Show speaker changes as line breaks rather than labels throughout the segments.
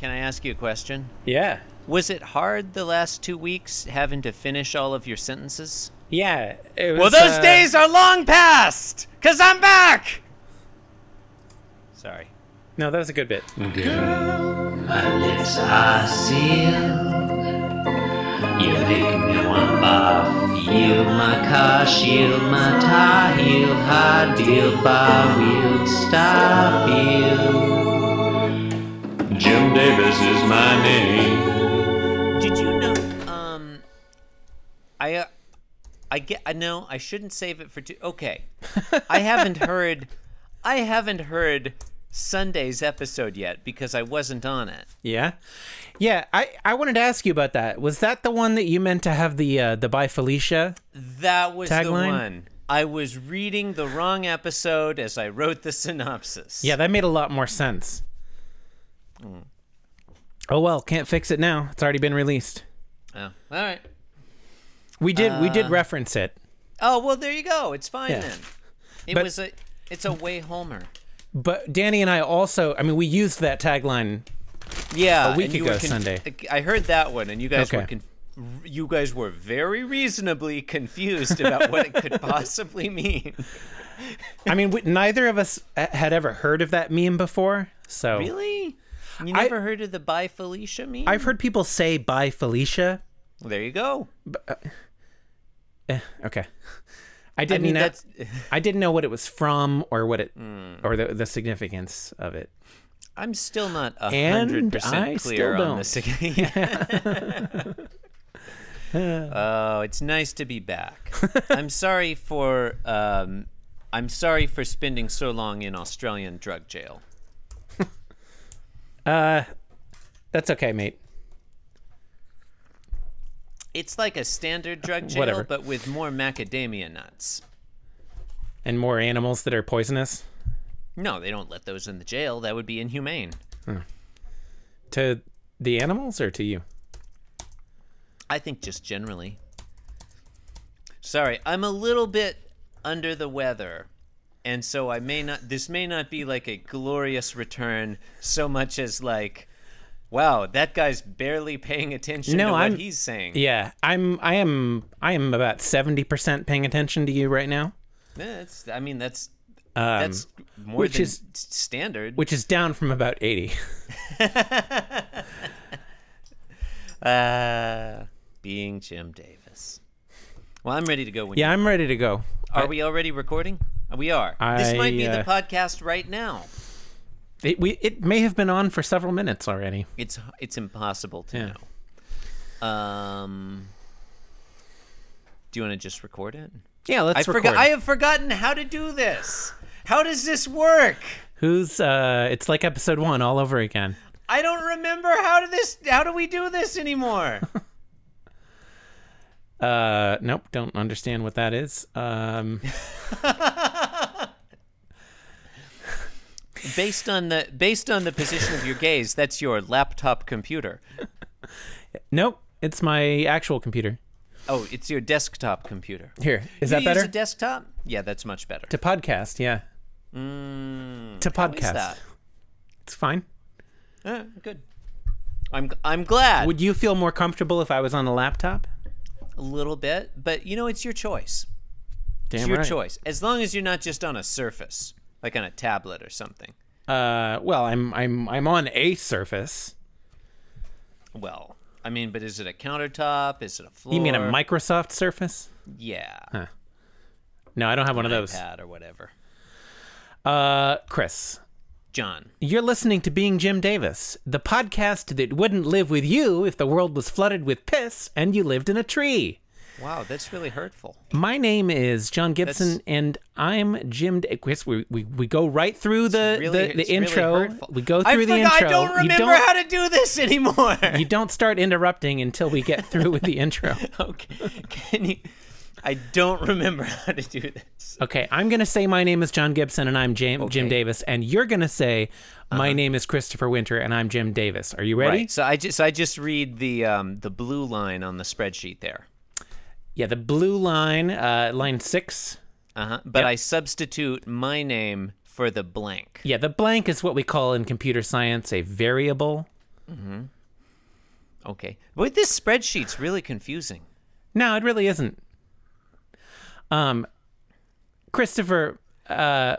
Can I ask you a question?
Yeah.
Was it hard the last two weeks having to finish all of your sentences?
Yeah. It was,
Well, those
uh,
days are long past, because I'm back! Sorry.
No, that was a good bit.
My lips are sealed. You make me want to barf. Yield my car, shield my tie, heel, hard deal, bar wheel, stop you. Jim Davis is my name.
Did you know? Um, I, uh, I get. I know I shouldn't save it for two. Okay, I haven't heard. I haven't heard Sunday's episode yet because I wasn't on it.
Yeah. Yeah, I, I wanted to ask you about that. Was that the one that you meant to have the uh, the by Felicia?
That was the
Tagline?
one. I was reading the wrong episode as I wrote the synopsis.
Yeah, that made a lot more sense. Hmm. Oh well, can't fix it now. It's already been released.
Oh, all right.
We did we did reference it,
Oh well, there you go. It's fine
Yeah.
then. It
But-
was a. It's a way homer.
but Danny and I also. I mean, we used that tagline.
Yeah,
A week
and you
ago
were
Sunday.
I heard that one, and you guys were
Okay.
conf- you guys were very reasonably confused about what it could possibly mean.
I mean, we, neither of us uh, had ever heard of that meme before. So
Really? You
I-
never heard of the "By Felicia" meme?
I've heard people say "by Felicia."
there you go.
Eh, okay, I
I
didn't
mean,
know.
that's
I didn't know what it was from or what it or the, the significance of it.
I'm still not a
And
hundred
I
percent
still
clear on
don't.
this. oh, it's nice to be back. I'm sorry for um, I'm sorry for spending so long in Australian drug jail.
That's okay, mate.
It's like a standard drug jail,
Whatever.
but with more macadamia nuts.
And more animals that are poisonous
No, they don't let those in the jail. That would be inhumane.
to the animals or to you?
I think just generally. Sorry, I'm a little bit under the weather. And so I may not this may not be like a glorious return so much as like wow, that guy's barely paying attention
No,
to
I'm-
what he's saying.
Yeah, I'm. I am. I am about seventy percent paying attention to you right now,
That's I mean that's that's more
Um, which
than
is-
s- standard.
which is down from about eighty.
uh being Jim Davis. Well, I'm ready to go when
Yeah, I'm ready to go.
Are we already recording? We are. this might be
I,
the
uh,
podcast right now.
It, we, it may have been on for several minutes already.
It's it's impossible to
Yeah.
know. Um, do you want to just record it?
Yeah, let's
I
record.
forgot. I have forgotten how to do this. How does this work?
Who's? Uh, it's like episode one all over again.
I don't remember how to this. How do we do this anymore?
Uh, nope, don't understand what that is. Um,
based on the based on the position of your gaze, that's your laptop computer.
nope, it's my actual computer.
Oh, it's your desktop computer.
Here, is
you
that better?
Use a desktop? Yeah, that's much better.
to podcast, yeah. to
Mm, How is
podcast,
that?
it's fine.
Uh, good. I'm I'm glad.
Would you feel more comfortable if I was on a laptop?
a little bit, but you know it's your choice.
Damn
It's your
right.
choice. As long as you're not just on a surface, like on a tablet or something.
Uh, well, I'm I'm I'm on a surface.
Well, I mean, but is it a countertop? Is it a floor?
You mean a Microsoft Surface?
Yeah.
No, I don't have one of those.
iPad or whatever.
Uh, Chris,
John.
you're listening to Being Jim Davis, the podcast that wouldn't live with you if the world was flooded with piss and you lived in a tree.
Wow, that's really hurtful.
My name is John Gibson,
That's-
and I'm Jim. Da- Chris, we, we we go right through the
Really,
the,
it's
the
really
intro.
hurtful.
we go
I
through the
forgot-
intro.
I don't
You
remember
don't-
how to do this anymore.
you don't start interrupting until we get through with the intro.
okay. Can you? I don't remember how to do this.
Okay, I'm gonna say my name is John Gibson and I'm Jam- Jim
Okay. Uh-huh.
Davis, and you're gonna say my name is Christopher Winter and I'm Jim Davis. Are you ready?
Right. So I just I just read the um, the blue line on the spreadsheet there.
Yeah, the blue line, uh, line six.
Uh-huh. But I substitute my name for the blank.
Yeah, the blank is what we call in computer science a variable.
Okay. Boy, this spreadsheet's really confusing.
No, it really isn't. Um, Christopher, uh,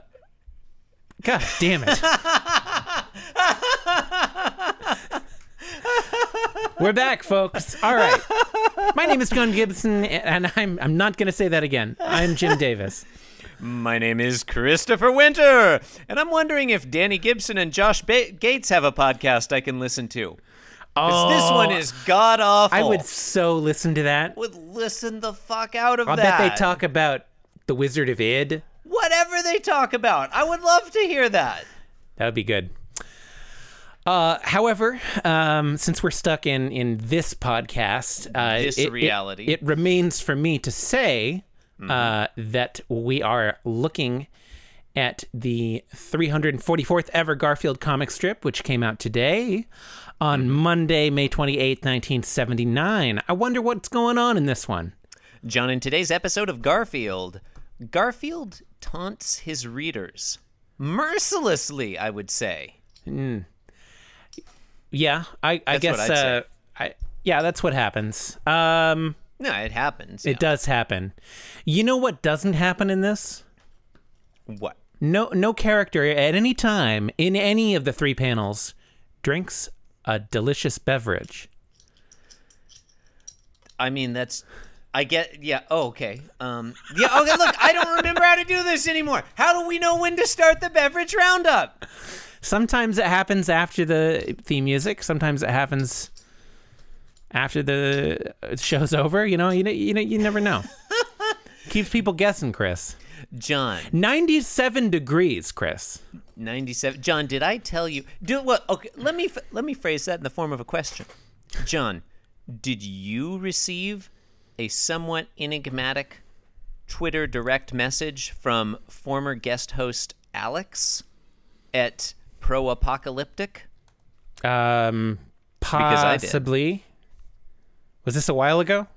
God damn it. We're back, folks. All right. My name is John Gibson, and I'm I'm not going to say that again. I'm Jim Davis.
My name is Christopher Winter, and I'm wondering if Danny Gibson and Josh ba- Gates have a podcast I can listen to. 'Cause this one is god awful.
I would so listen to that.
would listen the fuck out of
I
that.
bet they talk about the Wizard of Id.
whatever they talk about. I would love to hear that.
That would be good. Uh, however, um, since we're stuck in in this podcast, uh,
This
it- it-
reality.
it, remains for me to say uh, that we are looking at the 344th ever Garfield comic strip, which came out today on Monday, May 28th, 1979. I wonder what's going on in this one.
John, in today's episode of Garfield, Garfield taunts his readers mercilessly, I would say.
Yeah, I, I
That's
guess.
what I'd say.
uh, I, yeah, that's what happens. Um,
No, it happens.
It does happen. You know what doesn't happen in this?
yeah. What?
No no character at any time in any of the three panels drinks a delicious beverage.
I mean, that's. I get. Yeah. Oh, okay. Um. Yeah. Okay. Look, I don't remember how to do this anymore. How do we know when to start the beverage roundup?
Sometimes it happens after the theme music, sometimes it happens after the uh, show's over, you know, you know, you know, you never know. Keeps people guessing, Chris.
John,
97 degrees, Chris.
ninety-seven. John, did I tell you? Do what? Okay. Let me ph- let me phrase that in the form of a question. John, did you receive a somewhat enigmatic Twitter direct message from former guest host Alex at Pro Apocalyptic?
Um
I did.
possibly. Was this a while ago?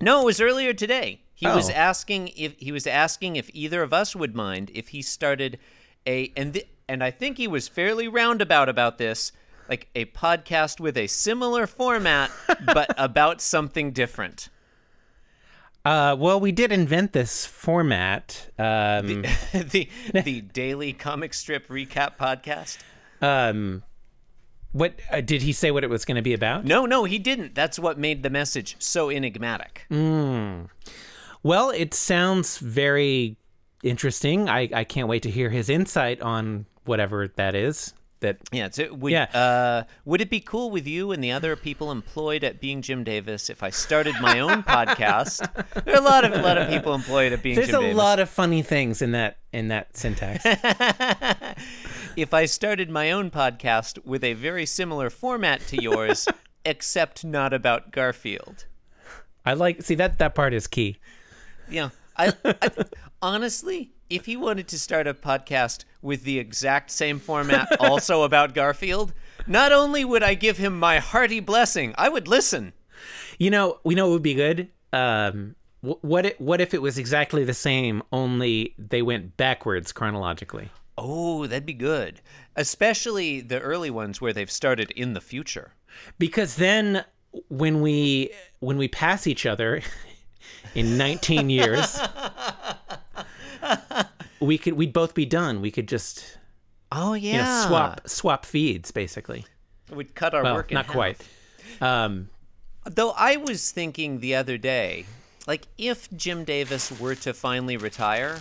No, it was earlier today. He was
Oh.
asking if he was asking if either of us would mind if he started a and th- and I think he was fairly roundabout about this, like a podcast with a similar format but about something different.
Uh, well, we did invent this format. Um,
the the daily comic strip recap podcast.
um, what uh, did he say? What it was going to be about?
No, no, he didn't. That's what made the message so enigmatic.
Well, it sounds very interesting. I, I can't wait to hear his insight on whatever that is. That
Yeah, so would
Yeah.
Uh, would it be cool with you and the other people employed at Being Jim Davis if I started my own podcast? There are a lot of a lot of people employed at Being
there's
Jim
a
Davis.
lot of funny things in that in that syntax.
If I started my own podcast with a very similar format to yours, except not about Garfield.
I like see that that part is key.
Yeah, I, I honestly, if he wanted to start a podcast with the exact same format, also about Garfield, not only would I give him my hearty blessing, I would listen.
You know, we know it would be good. Um, wh- what it, what if it was exactly the same, only they went backwards chronologically?
Oh, that'd be good. Especially the early ones where they've started in the future.
because then when we when we pass each other in 19 years we could we'd both be done we could just
Oh yeah.
you know, swap swap feeds basically
We'd cut our
well
work in
not
half.
quite um
Though I was thinking the other day, like if Jim Davis were to finally retire,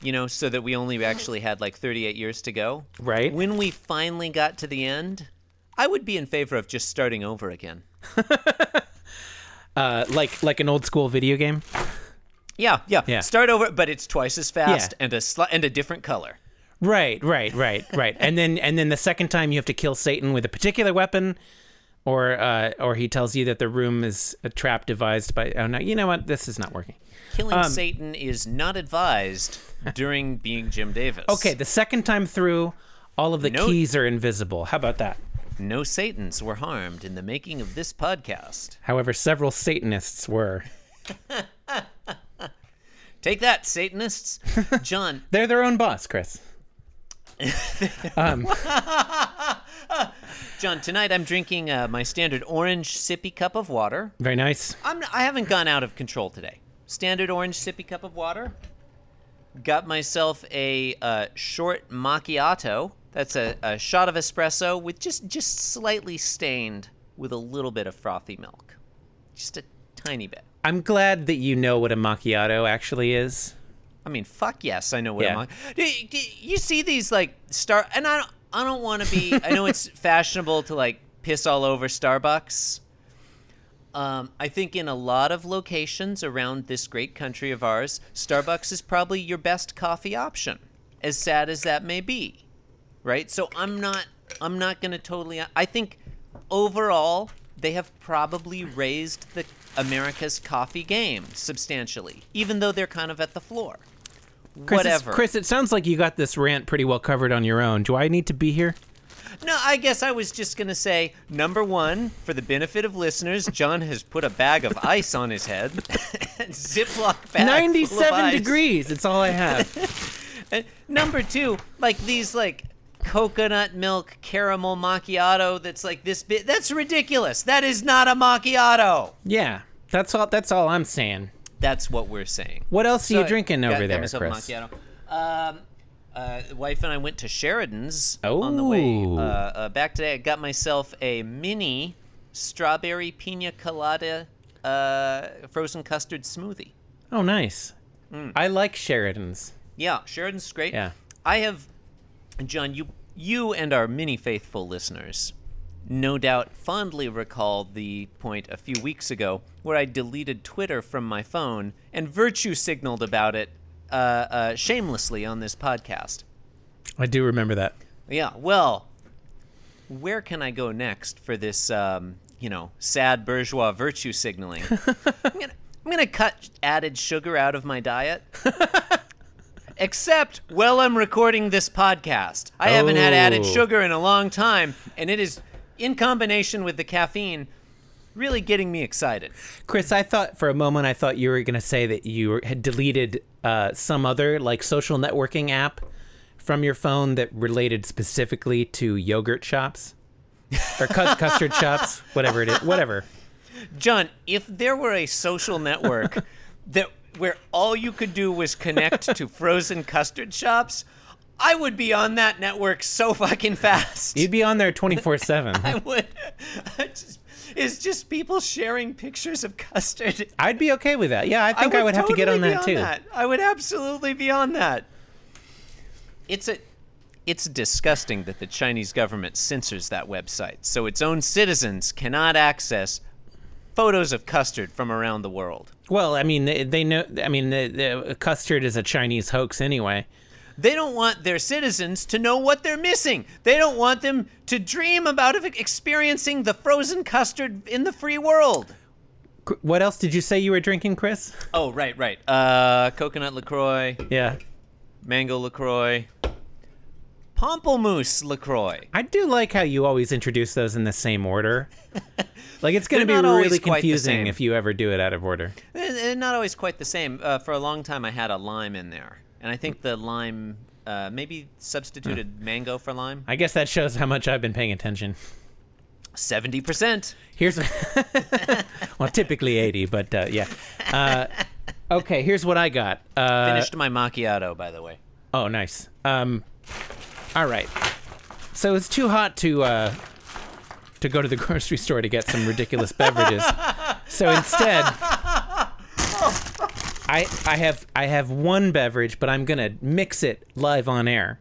you know, so that we only actually had like 38 years to go.
Right.
When we finally got to the end, I would be in favor of just starting over again.
uh, like like an old school video game
Yeah, yeah.
Yeah.
Start over, but it's twice as fast and a sli- and a different color.
right right right right and then and then the second time you have to kill satan with a particular weapon or uh, or he tells you that the room is a trap devised by oh no you know what this is not working
Killing Satan is not advised during being Jim Davis.
Okay, the second time through, all of the
No-
keys are invisible. How about that?
No Satans were harmed in the making of this podcast.
However, several Satanists were.
Take that, Satanists. John,
They're their own boss, Chris. um,
John, tonight I'm drinking uh, my standard orange sippy cup of water.
Very nice.
I'm, I haven't gone out of control today. Standard orange sippy cup of water. Got myself a uh, short macchiato. That's a, a shot of espresso with just just slightly stained with a little bit of frothy milk, just a tiny bit.
I'm glad that you know what a macchiato actually is.
I mean, fuck yes, I know what
Yeah.
I'm on. Do, do you see these like star? And I don't, I don't want to be. I know it's fashionable to like piss all over Starbucks. Um, I think in a lot of locations around this great country of ours, Starbucks is probably your best coffee option. As sad as that may be, right? So I'm not. I'm not going to totally. I think overall they have probably raised the America's coffee game substantially, even though they're kind of at the floor.
Chris, it's-
Whatever.
Chris, it sounds like you got this rant pretty well covered on your own. Do I need to be here?
No, I guess I was just going to say number one, for the benefit of listeners, John has put a bag of ice on his head. Ziploc bag. full of
97
ice.
degrees. It's all I have.
And Uh, number two, like these, like coconut milk caramel macchiato that's like this bit that's ridiculous that is not a macchiato
yeah. That's all that's all I'm saying.
that's what we're saying
What else are
So
you
I
drinking
got-
over
got
there,
myself a
Chris?
macchiato. Um, uh, wife and I went to Sheridan's on the way
Oh.
uh, uh, back today. I got myself a mini strawberry pina colada uh, frozen custard smoothie.
Oh, nice.
Hmm.
I like Sheridan's.
Yeah, Sheridan's great.
Yeah.
I have, John, you you and our many faithful listeners no doubt fondly recall the point a few weeks ago where I deleted Twitter from my phone and virtue signaled about it uh, uh, shamelessly on this podcast.
I do remember that.
Yeah, well, where can I go next for this, um, you know, sad bourgeois virtue signaling? I'm gonna, I'm gonna cut added sugar out of my diet. Except while I'm recording this podcast, I haven't had added
Oh.
sugar in a long time, and it is, in combination with the caffeine, really getting me excited.
Chris, I thought for a moment I thought you were going to say that you were- had deleted uh, some other like social networking app from your phone that related specifically to yogurt shops or cus- custard shops, whatever it is, whatever.
John, if there were a social network that where all you could do was connect to frozen custard shops, I would be on that network so fucking fast.
You'd be on there 24/7.
I would. I just, it's just people sharing pictures of custard.
I'd be okay with that. Yeah, I think I would, have to get on
totally
that
be
too.
I would absolutely be on that. It's a it's disgusting that the Chinese government censors that website so its own citizens cannot access photos of custard from around the world.
Well, I mean, they, they know I mean, the, the custard is a Chinese hoax anyway.
They don't want their citizens to know what they're missing. They don't want them to dream about of experiencing the frozen custard in the free world.
Cr- What else did you say you were drinking, Chris?
Oh, right, right. Uh, coconut LaCroix,
Yeah.
mango LaCroix, pomplemousse LaCroix.
I do like how you always introduce those in the same order. Like it's going to
They're
be
not always
really
quite the
confusing
same.
if you ever do it out of order.
They're they're Eh, not always quite the same. Uh, for a long time, I had a lime in there. And I think the lime, uh, maybe substituted mango for lime.
I guess that shows how much I've been paying attention.
70%.
Here's well, typically eighty, but uh, yeah. Uh, okay, here's what I got. Uh,
Finished my macchiato, by the way.
Oh, nice. Um, all right. So it's too hot to uh, to go to the grocery store to get some ridiculous beverages. So instead, I I have I have one beverage, but I'm gonna mix it live on air.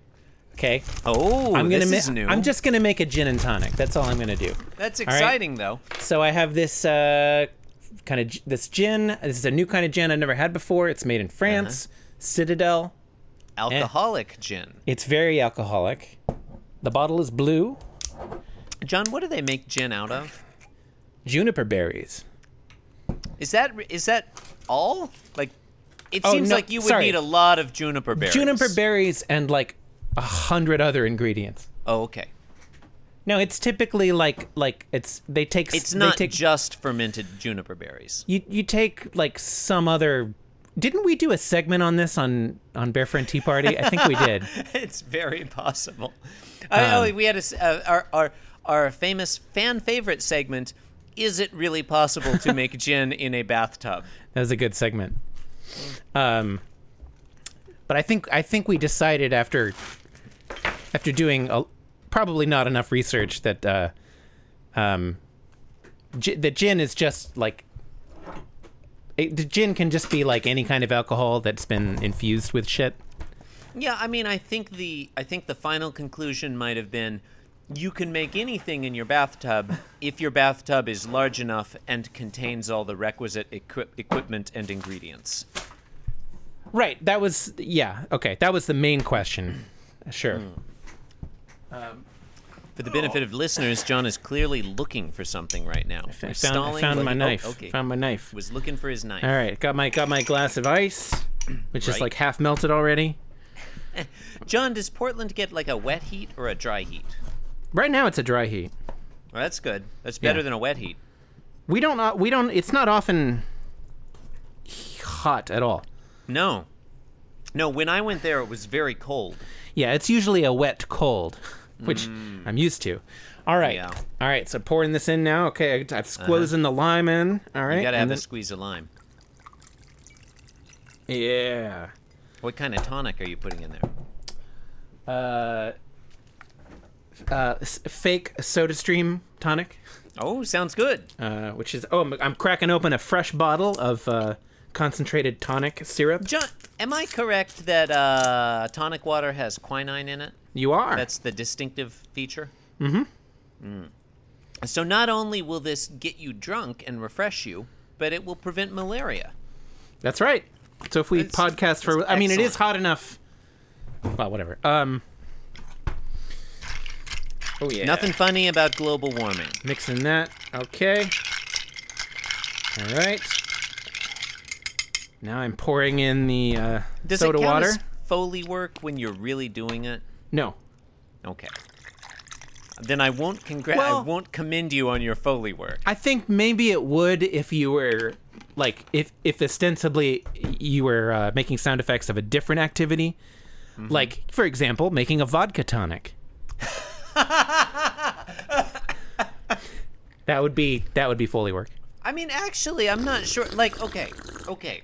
Okay,
Oh,
I'm gonna
this
mi-
is new.
I'm just gonna make a gin and tonic. That's all I'm gonna do.
That's
right.
exciting, though.
So I have this uh, kind of this gin. This is a new kind of gin I've never had before. It's made in
Uh-huh.
France, Citadel. Eh.
Alcoholic gin.
It's very alcoholic. The bottle is blue.
John, what do they make gin out of?
Juniper berries.
Is that is that all? Like, it
Oh,
seems
no,
like you would
sorry.
need a lot of juniper berries.
Juniper berries and like a hundred other ingredients.
Oh, okay.
No, it's typically like like it's they take
It's
they
not
take,
just fermented juniper berries.
you you take like some other. Didn't we do a segment on this on on Bear Friend Tea Party? I think we did. Um,
it's very possible. I, oh, we had a s- uh, our our our famous fan favorite segment Is it really possible to make gin in a bathtub?
That was a good segment. Um, but I think I think we decided after after doing a, probably not enough research that uh, um, gi- that gin is just like it, the gin can just be like any kind of alcohol that's been infused with shit.
Yeah, I mean, I think the I think the final conclusion might have been you can make anything in your bathtub if your bathtub is large enough and contains all the requisite equip equipment and ingredients.
Right. That was yeah. Okay. That was the main question. Sure.
Hmm. For the benefit of listeners, John is clearly looking for something right now.
I found, I found my knife.
oh, okay.
Found my knife.
was looking for his knife.
All right. Got my got my glass of ice, which is
Right.
like half melted already.
John, does Portland get like a wet heat or a dry heat?
Right now it's a dry heat.
Well, that's good. That's better
Yeah.
than a wet heat.
We don't uh, we don't it's not often hot at all.
No. No, when I went there, it was very cold.
Yeah, it's usually a wet cold, which I'm used to. All right.
Mm. Yeah. Uh-huh.
All right, so pouring this in now. Okay, I- I've squozen the lime in. All right.
You gotta have
and
a squeeze of lime.
then- Yeah.
What kind of tonic are you putting in there?
Uh, s- fake soda stream tonic.
Oh, sounds good.
uh, which is oh, I'm, I'm cracking open a fresh bottle of uh, concentrated tonic syrup.
John, am I correct that uh, tonic water has quinine in it?
You are.
That's the distinctive feature? Mm-hmm. Mm. So not only will this get you drunk and refresh you, but it will prevent malaria.
That's right. So if we
That's-
podcast for,
that's
I mean, it is
excellent.
hot enough. Well, whatever. Um. Oh yeah.
Nothing funny about global warming.
Mixing that. Okay. All right. Now I'm pouring in the uh,
Does
soda
it count
water.
as Foley work when you're really doing it?
No.
Okay. Then I won't congrat. I
Well-
won't commend you on your Foley work.
I think maybe it would if you were like if if ostensibly you were uh, making sound effects of a different activity, like for example, making a vodka tonic. that would be that would be Foley work.
I mean, actually, I'm not sure. Like, okay, okay.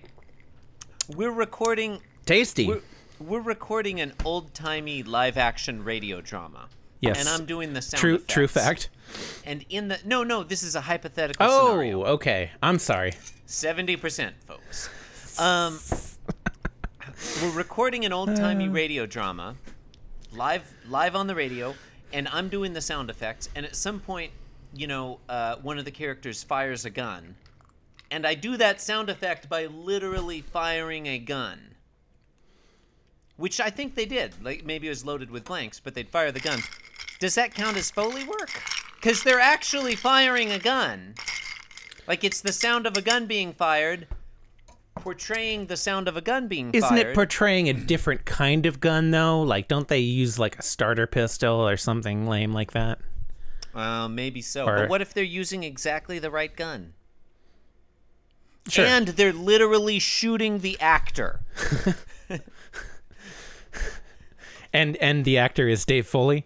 We're recording.
Tasty.
We're, we're recording an old timey live action radio drama.
Yes.
And I'm doing the sound.
true true
effects.
fact.
And in the no no, this is a hypothetical
Oh,
scenario.
okay. I'm sorry.
Seventy percent, folks. Um, we're recording an old timey
Uh.
radio drama, live live on the radio, and I'm doing the sound effects. And at some point, you know, uh, one of the characters fires a gun, and I do that sound effect by literally firing a gun, which I think they did. Like maybe it was loaded with blanks, but they'd fire the gun. Does that count as foley work? Because they're actually firing a gun. Like it's the sound of a gun being fired, portraying the sound of a gun being
Isn't
fired.
it portraying a different kind of gun though? Like don't they use like a starter pistol or something lame like that?
Uh, maybe so.
Or-
But what if they're using exactly the right gun?
Sure.
And they're literally shooting the actor.
and and the actor is Dave Foley.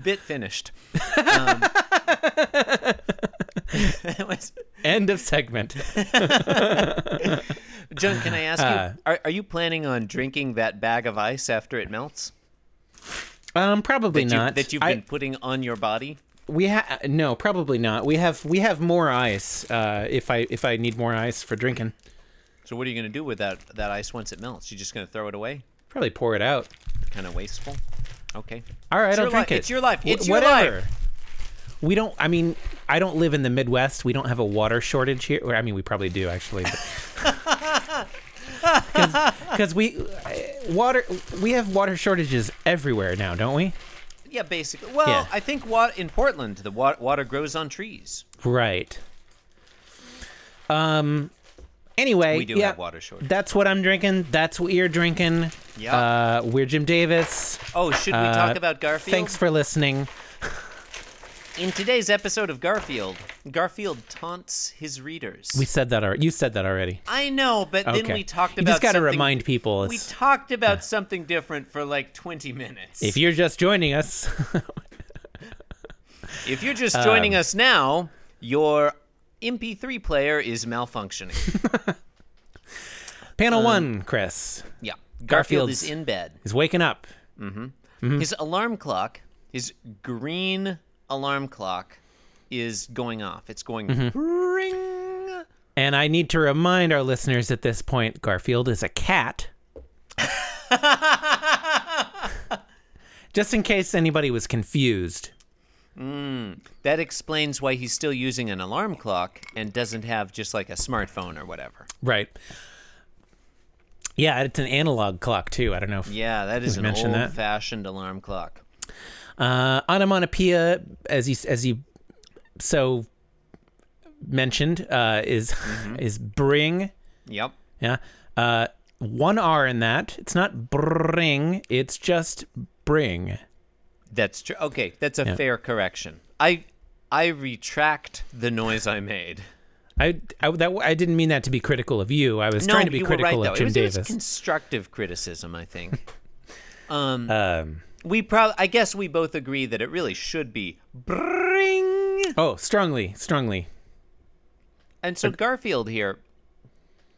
Bit finished. Um, that was-
End of segment.
John, can I ask
Uh,
you, are, are you planning on drinking that bag of ice after it melts?
Um, probably
That you-
not.
that you've
I-
been putting on your body?
we ha- no, probably not. We have we have more ice. Uh, if I if I need more ice for drinking,
So what are you going to do with that, that ice once it melts? You just going to throw it away?
probably pour it out.
Kind of wasteful? Okay.
All right,
It's
I don't
your
drink
li-
it.
it's your life.
Wh-
It's your
whatever.
life.
We don't. I mean, I don't live in the Midwest. We don't have a water shortage here. Or, I mean, we probably do actually. Because we uh, water we have water shortages everywhere now, don't we?
Yeah, basically. Well,
Yeah.
I think wa- in Portland, the wa- water grows on trees.
Right. Um. Anyway,
We do
yeah,
have water shortage.
That's what I'm drinking. That's what you're drinking.
Yeah.
Uh, we're Jim Davis.
Oh, should we
Uh,
talk about Garfield?
Thanks for listening.
In today's episode of Garfield, Garfield taunts his readers.
We said that already. You said that already.
I know, but then
Okay.
we talked
You
about
just got to
something-
remind people.
We
it's-
talked about something different for like 20 minutes.
if you're just joining us,
If you're
um,
just joining us now, your MP3 player is malfunctioning. Um,
panel one, Chris
Yeah. Garfield
Garfield's-
is in bed.
is waking up. Hmm.
His alarm clock, his green alarm clock, is going off. It's going
Mm-hmm.
ring.
And I need to remind our listeners at this point Garfield is a cat. Just in case anybody was confused.
That explains why he's still using an alarm clock and doesn't have just like a smartphone or whatever.
Right. Yeah, it's an analog clock too. I don't know if
Yeah, that is an
mention that?
old-fashioned alarm clock.
uh, onomatopoeia, as you as you so mentioned, uh, is
Mm-hmm.
is bring.
Yep.
Yeah, uh, one R in that. It's not bring. It's just bring.
That's true. Okay, that's a fair correction. I I retract the noise I made.
I I, that, I didn't mean that to be critical of you. I was trying to be
you were
critical
right,
of
though.
Jim
it was,
Davis.
It was constructive criticism, I think. um, we probably, I guess, we both agree that it really should be bring.
oh, strongly, strongly.
And so Garfield here,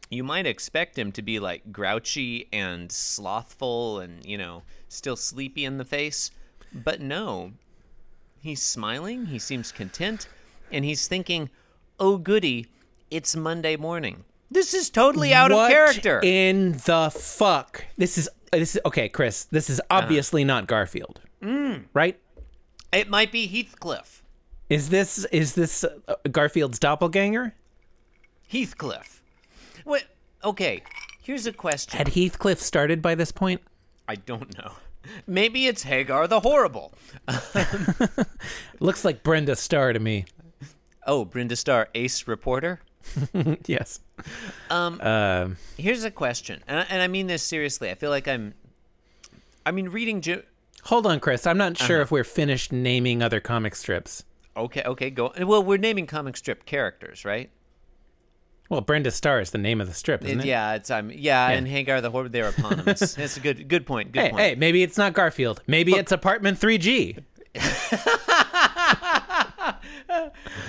you might expect him to be like grouchy and slothful, and you know, still sleepy in the face, but no, he's smiling. He seems content, and he's thinking, "Oh goody, it's Monday morning." This is totally out of
what
character.
in the fuck? This is this is okay, Chris. This is
Uh-huh.
obviously not Garfield,
Mm.
right?
it might be Heathcliff.
Is this is this uh, Garfield's doppelganger?
Heathcliff. What? Okay, here's a question.
Had Heathcliff started by this point?
I don't know. Maybe it's Hagar the Horrible.
Looks like Brenda Starr to me.
Oh, Brenda Starr, ace reporter.
yes.
Here's a question, and I, and I mean this seriously. I feel like I'm. I mean, reading. Ju-
Hold on, Chris. I'm not
Uh-huh.
sure if we're finished naming other comic strips.
okay, okay, go. Well, we're naming comic strip characters, right?
Well, Brenda Starr is the name of the strip, isn't it?
Yeah, it's I'm. Yeah, and Hagar the Horrible. They're eponymous. That's a good, good point. Good
Hey,
point.
hey, maybe it's not Garfield. Maybe it's Apartment 3G.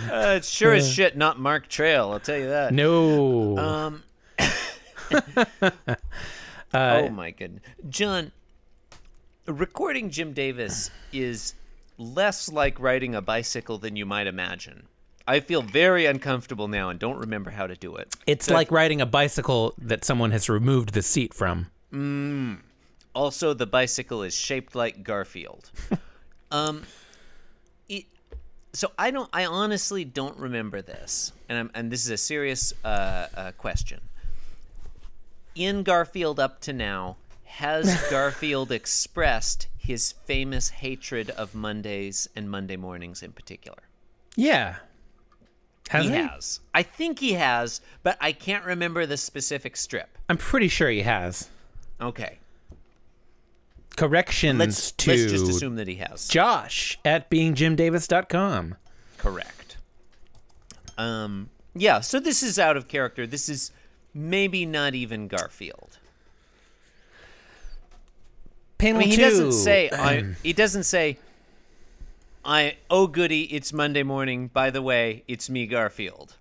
Uh, it's sure as shit not Mark Trail. I'll tell you that.
No.
Um. oh my goodness, John. Recording Jim Davis is less like riding a bicycle than you might imagine. I feel very uncomfortable now and don't remember how to do it.
it's like riding a bicycle that someone has removed the seat from.
Also, the bicycle is shaped like Garfield. um, it, so I don't. I honestly don't remember this, and I'm, and this is a serious uh, uh, question. In Garfield up to now, has Garfield expressed his famous hatred of Mondays and Monday mornings in particular?
Yeah. Has
He
he?
has. I think he has, but I can't remember the specific strip.
I'm pretty sure he has.
Okay,
Corrections
let's
to
let's just assume that he has.
Josh at beingjimdavis.com.
Correct. Um, yeah, so this is out of character. This is maybe not even Garfield. I
Panel
mean, he
two.
doesn't say I he doesn't say I oh goody, it's Monday morning. By the way, it's me Garfield.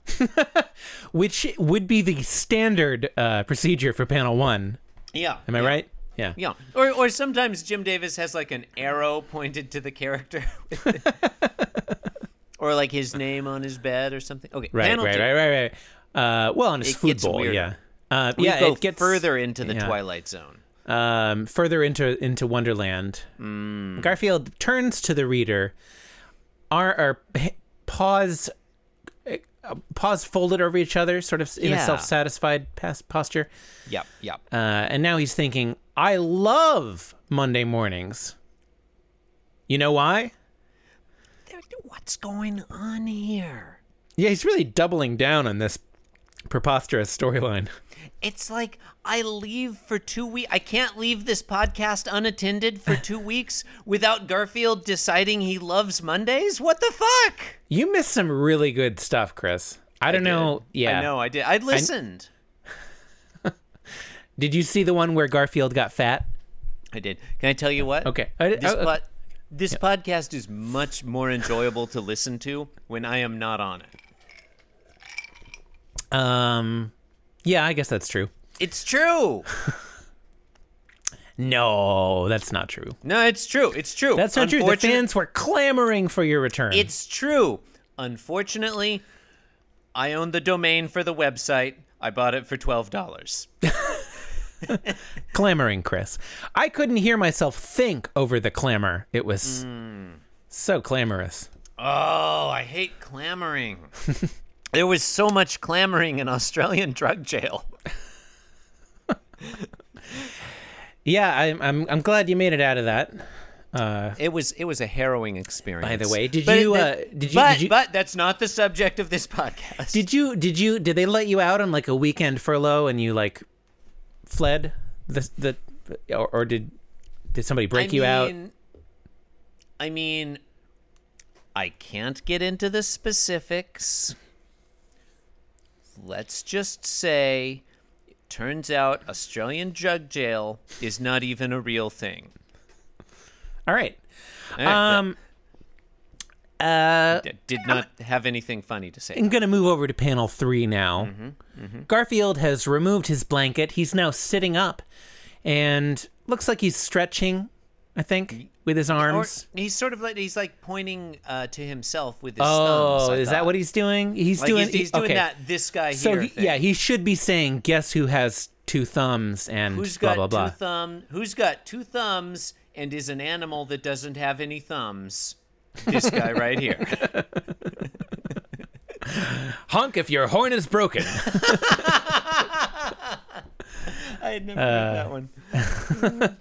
which would be the standard uh, procedure for panel one.
Yeah.
Am I right? Yeah.
Yeah. Or or sometimes Jim Davis has like an arrow pointed to the character. with it. or like his name on his bed or something. Okay.
Right,
panel
right,
two.
right, right, right. Uh, well, on his
It
food
gets
bowl,
weirder.
yeah. Uh,
We
yeah,
go
it gets
further into the
yeah.
Twilight Zone.
um, further into into Wonderland.
Mm.
Garfield turns to the reader, our, our p- paws uh, paws folded over each other, sort of in a
Yeah.
self satisfied pas- posture,
Yep, yep.
uh, and now he's thinking, "I love Monday mornings." You know why?
What's going on here?
Yeah, he's really doubling down on this preposterous storyline.
It's like I leave for two weeks. I can't leave this podcast unattended for two weeks without Garfield deciding he loves Mondays. What the fuck?
You missed some really good stuff, Chris. I don't know. Yeah.
I know I did. I listened.
Did you see the one where Garfield got fat?
I, did. Can I tell you what?
Okay. I-
This,
oh, okay.
pod- this podcast is much more enjoyable to listen to when I am not on it.
Um, yeah, I guess that's true.
It's true.
No, that's not true.
No, it's true. It's true.
That's not true. The
Unfortunate-
fans were clamoring for your return.
It's true. Unfortunately, I own the domain for the website. I bought it for twelve dollars.
clamoring, Chris. I couldn't hear myself think over the clamor. It was so clamorous.
Oh, I hate clamoring. there was so much clamoring in Australian drug jail.
Yeah, I'm, I'm, I'm glad you made it out of that.
It was it was a harrowing experience.
By the way, did
But
you,
that-
uh, did you- did
But
you-
but that's not the subject of this podcast.
Did you, did you, did they let you out on like a weekend furlough and you like fled the, the, or, or did, did somebody break you out?
mean- I mean, I can't get into the specifics. Let's just say it turns out Australian drug jail is not even a real thing.
All right.
Eh,
Um, uh,
that- that did not have anything funny to say.
I'm going to move over to panel three now. Garfield has removed his blanket. He's now sitting up and looks like he's stretching, I think, with his
Or
arms.
he's sort of like he's like pointing uh, to himself with his thumbs.
oh,
I
is
thought.
that what he's doing? He's
like
doing,
he's, he's doing
okay.
that? This guy
So,
here.
he-
thing.
yeah, he should be saying, guess who has two thumbs and
Who's got
blah, blah, blah.
two thumb? Who's got two thumbs and is an animal that doesn't have any thumbs? This guy right here.
Honk if your horn is broken.
I had never heard that one.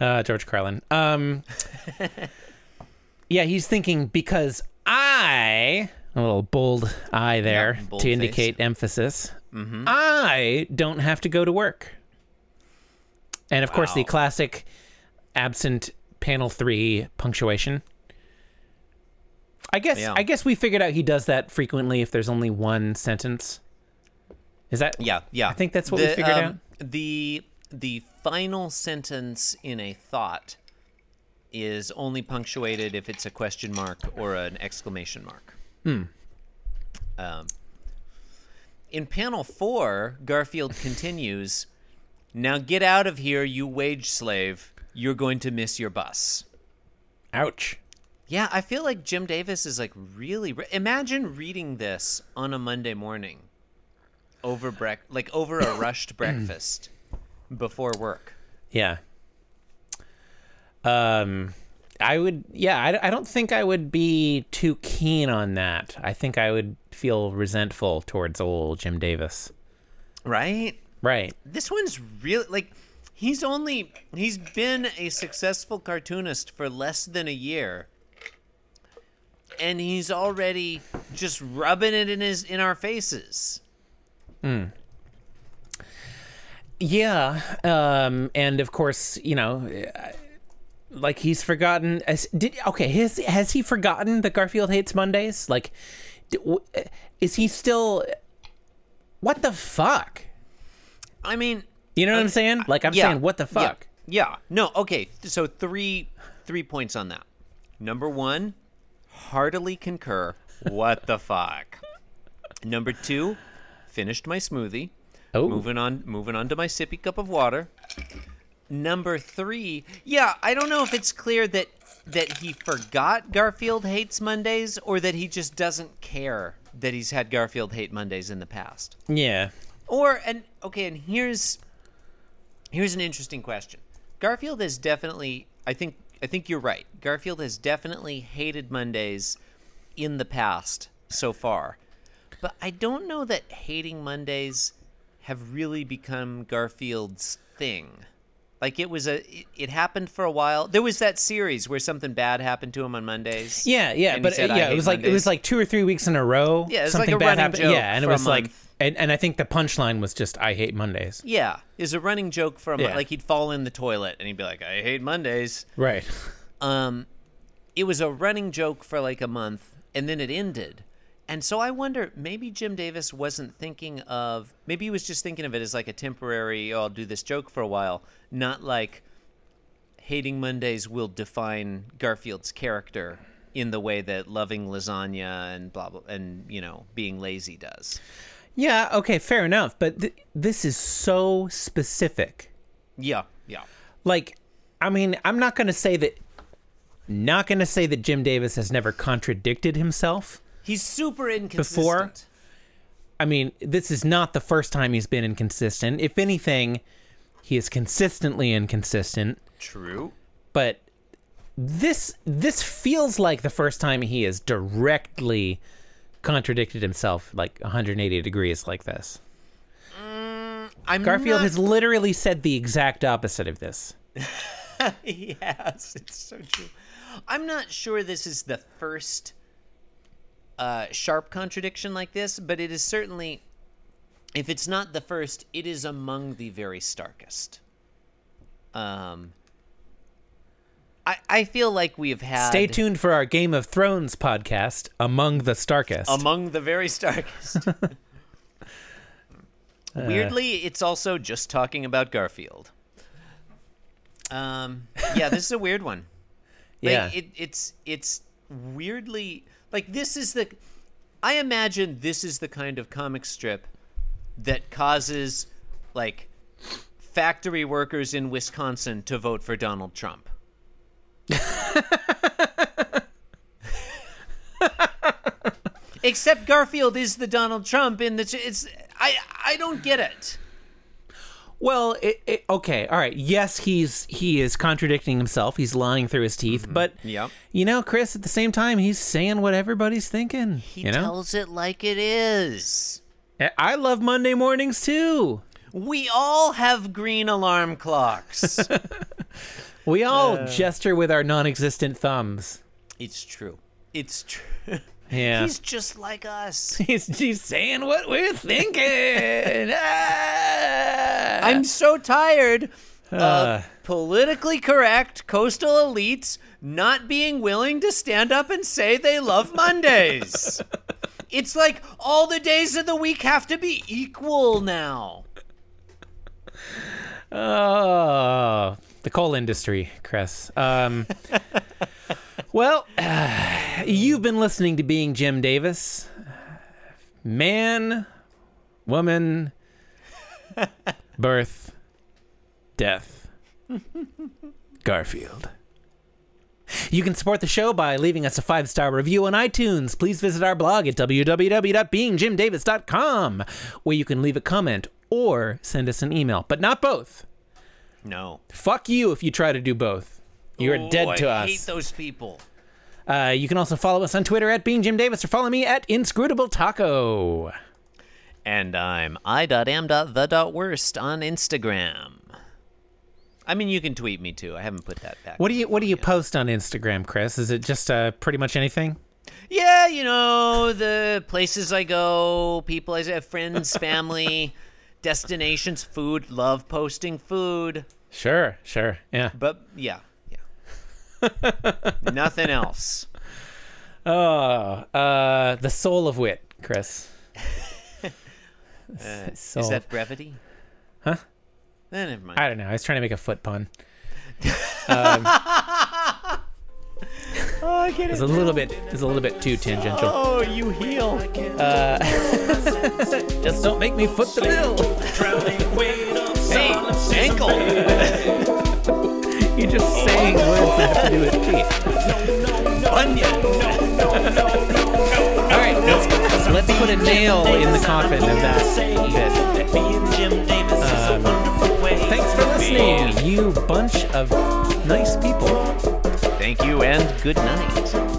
Uh, George Carlin. Um, yeah, he's thinking because I a little bold I there
Yeah, bold
to
face. Mm-hmm.
indicate emphasis. I don't have to go to work, and of course the
Wow.
classic absent panel three punctuation. I guess
Yeah.
I guess we figured out he does that frequently if there's only one sentence. Is that
Yeah, yeah. I
think that's what we figured
out. The the final sentence in a thought is only punctuated if it's a question mark or an exclamation mark. Hmm. Um, in panel four, Garfield continues. Now get out of here, you wage slave. You're going to miss your bus.
Ouch.
Yeah, I feel like Jim Davis is like really. Re- Imagine reading this on a Monday morning, over break, like over a rushed breakfast, before work.
Yeah. Um, I would. Yeah, I, I don't think I would be too keen on that. I think I would feel resentful towards old Jim Davis.
Right.
Right.
This one's really like he's only he's been a successful cartoonist for less than a year. And he's already just rubbing it in his in our faces.
Yeah. Um, and of course, you know, I- like he's forgotten. as- Did okay? Has has he forgotten that Garfield hates Mondays? Like, d- w- is he still? What the fuck?
I mean,
You know what I'm saying? Like I'm
Uh, Yeah,
saying, what the
yeah,
fuck?
Yeah. No. Okay. th- So three, three points on that. Number one, heartily concur. What the fuck? Number two, finished my smoothie.
Oh,
Moving on. Moving on to my sippy cup of water. Number three, yeah, I don't know if it's clear that that he forgot Garfield hates Mondays or that he just doesn't care that he's had Garfield hate Mondays in the past.
yeah.
Or and okay, and here's here's an interesting question. Garfield has definitely I think I think you're right. Garfield has definitely hated Mondays in the past so far. But I don't know that hating Mondays have really become Garfield's thing. Like it was a it, it happened for a while. There was that series where something bad happened to him on Mondays.
Yeah, yeah,
and he
but
said,
uh,
"I
yeah, it
hate
was like it was
Mondays."
like two or three weeks in a row.
Yeah, it's like
something
a
bad
running
happened.
joke
yeah, and it
for a
was like
month.
and and I think the punchline was just I hate Mondays.
Yeah, is a running joke from
Yeah.
like he'd fall in the toilet and he'd be like, "I hate Mondays."
Right.
Um, it was a running joke for like a month, and then it ended. And so I wonder, maybe Jim Davis wasn't thinking of, maybe he was just thinking of it as like a temporary, oh, I'll do this joke for a while, not like hating Mondays will define Garfield's character in the way that loving lasagna and blah blah and you know being lazy does.
Yeah. Okay. Fair enough. But th- this is so specific.
Yeah, yeah.
Like, I mean, I'm not gonna say that. Not gonna say that Jim Davis has never contradicted himself.
He's super inconsistent.
Before- I mean, this is not the first time he's been inconsistent. If anything, he is consistently inconsistent.
True.
But this this feels like the first time he has directly contradicted himself like 180 degrees like this.
I'm
Garfield
not-
has literally said the exact opposite of this.
yes, it's so true. I'm not sure this is the first uh, sharp contradiction like this, but it is certainly, if it's not the first, it is among the very starkest. Um, I I feel like we have had
Stay tuned for our Game of Thrones podcast, Among the Starkest.
among the very
Uh.
starkest. Weirdly, it's also just talking about Garfield. Um, yeah, this is a weird one. Like,
yeah.
it, it's it's weirdly like this is the I imagine this is the kind of comic strip that causes like factory workers in Wisconsin to vote for Donald Trump. Except Garfield is the Donald Trump in the it's I I don't get it.
Well, it, it, okay, all right. Yes, he's he is contradicting himself. He's lying through his
Mm-hmm.
teeth, but
Yep.
you know, Chris. At the same time, he's saying what everybody's thinking.
He
you know,
tells it like it is.
I- I love Monday mornings too.
We all have green alarm clocks.
We all gesture with our non-existent thumbs.
It's true. It's true.
Yeah,
He's just like us.
he's, he's saying what we're thinking. Ah!
I'm so tired
Uh.
of politically correct coastal elites not being willing to stand up and say they love Mondays. it's like all the days of the week have to be equal now.
Oh, the coal industry, Chris. Um, well, you've been listening to Being Jim Davis. Man, woman, birth, death, Garfield. You can support the show by leaving us a five star review on iTunes. Please visit our blog at www.beingjimdavis.com, where you can leave a comment or send us an email, but not both.
No.
Fuck you if you try to do both. You're
Oh,
dead to
I
us.
hate those people.
Uh, you can also follow us on Twitter at Being Jim Davis or follow me at Inscrutable Taco.
And I'm i.am.the.worst on Instagram. I mean, you can tweet me too. I haven't put that back.
What do you What do you post on Instagram, Chris? Is it just uh, pretty much anything?
Yeah, you know, the places I go, people I have friends, family, destinations, food, love posting food.
Sure, sure, yeah.
But yeah, yeah. Nothing else.
Oh, uh, the soul of wit, Chris. soul.
Uh, Is that brevity? Huh? Eh, never mind.
I don't know. I was trying to make a foot pun.
oh, I get
It's a little bit. It's a little bit too tangential.
Oh, you heal.
Just don't make me foot the bill.
Hey, ankle.
You're just saying words that have to do with teeth. All right, let's, let's put a nail in the coffin of that bit. Thanks for listening, you bunch of nice people.
Thank you and good night.